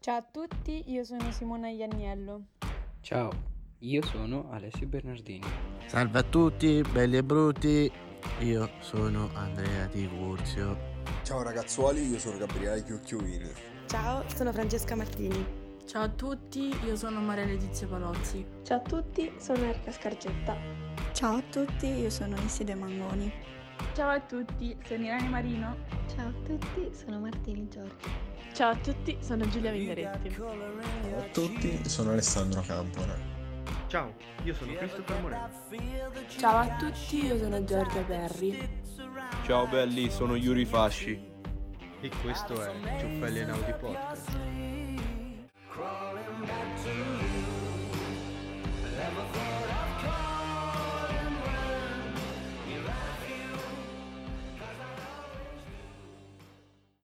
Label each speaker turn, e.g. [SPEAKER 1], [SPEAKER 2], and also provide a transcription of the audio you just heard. [SPEAKER 1] Ciao a tutti, io sono Simona Ianniello.
[SPEAKER 2] Ciao, io sono Alessio Bernardini.
[SPEAKER 3] Salve a tutti, belli e brutti. Io sono Andrea Di Curzio.
[SPEAKER 4] Ciao ragazzuoli, io sono Gabriele Chiucchiuini.
[SPEAKER 5] Ciao, sono Francesca Martini.
[SPEAKER 6] Ciao a tutti, io sono Maria Letizia Palozzi.
[SPEAKER 7] Ciao a tutti, sono Erika Scargetta.
[SPEAKER 8] Ciao a tutti, io sono Iside Mangoni.
[SPEAKER 9] Ciao a tutti, sono Irene Marino.
[SPEAKER 10] Ciao a tutti, sono Martini Giorgi.
[SPEAKER 11] Ciao a tutti, sono Giulia Vingaretti.
[SPEAKER 12] Ciao a tutti, sono Alessandro Campona.
[SPEAKER 13] Ciao, io sono Christopher Moreno.
[SPEAKER 14] Ciao a tutti, io sono Giorgia Perry.
[SPEAKER 15] Ciao belli, sono Yuri Fasci.
[SPEAKER 16] E questo è Ciuffelli in Audi Podcast. Crawling back to you, never thought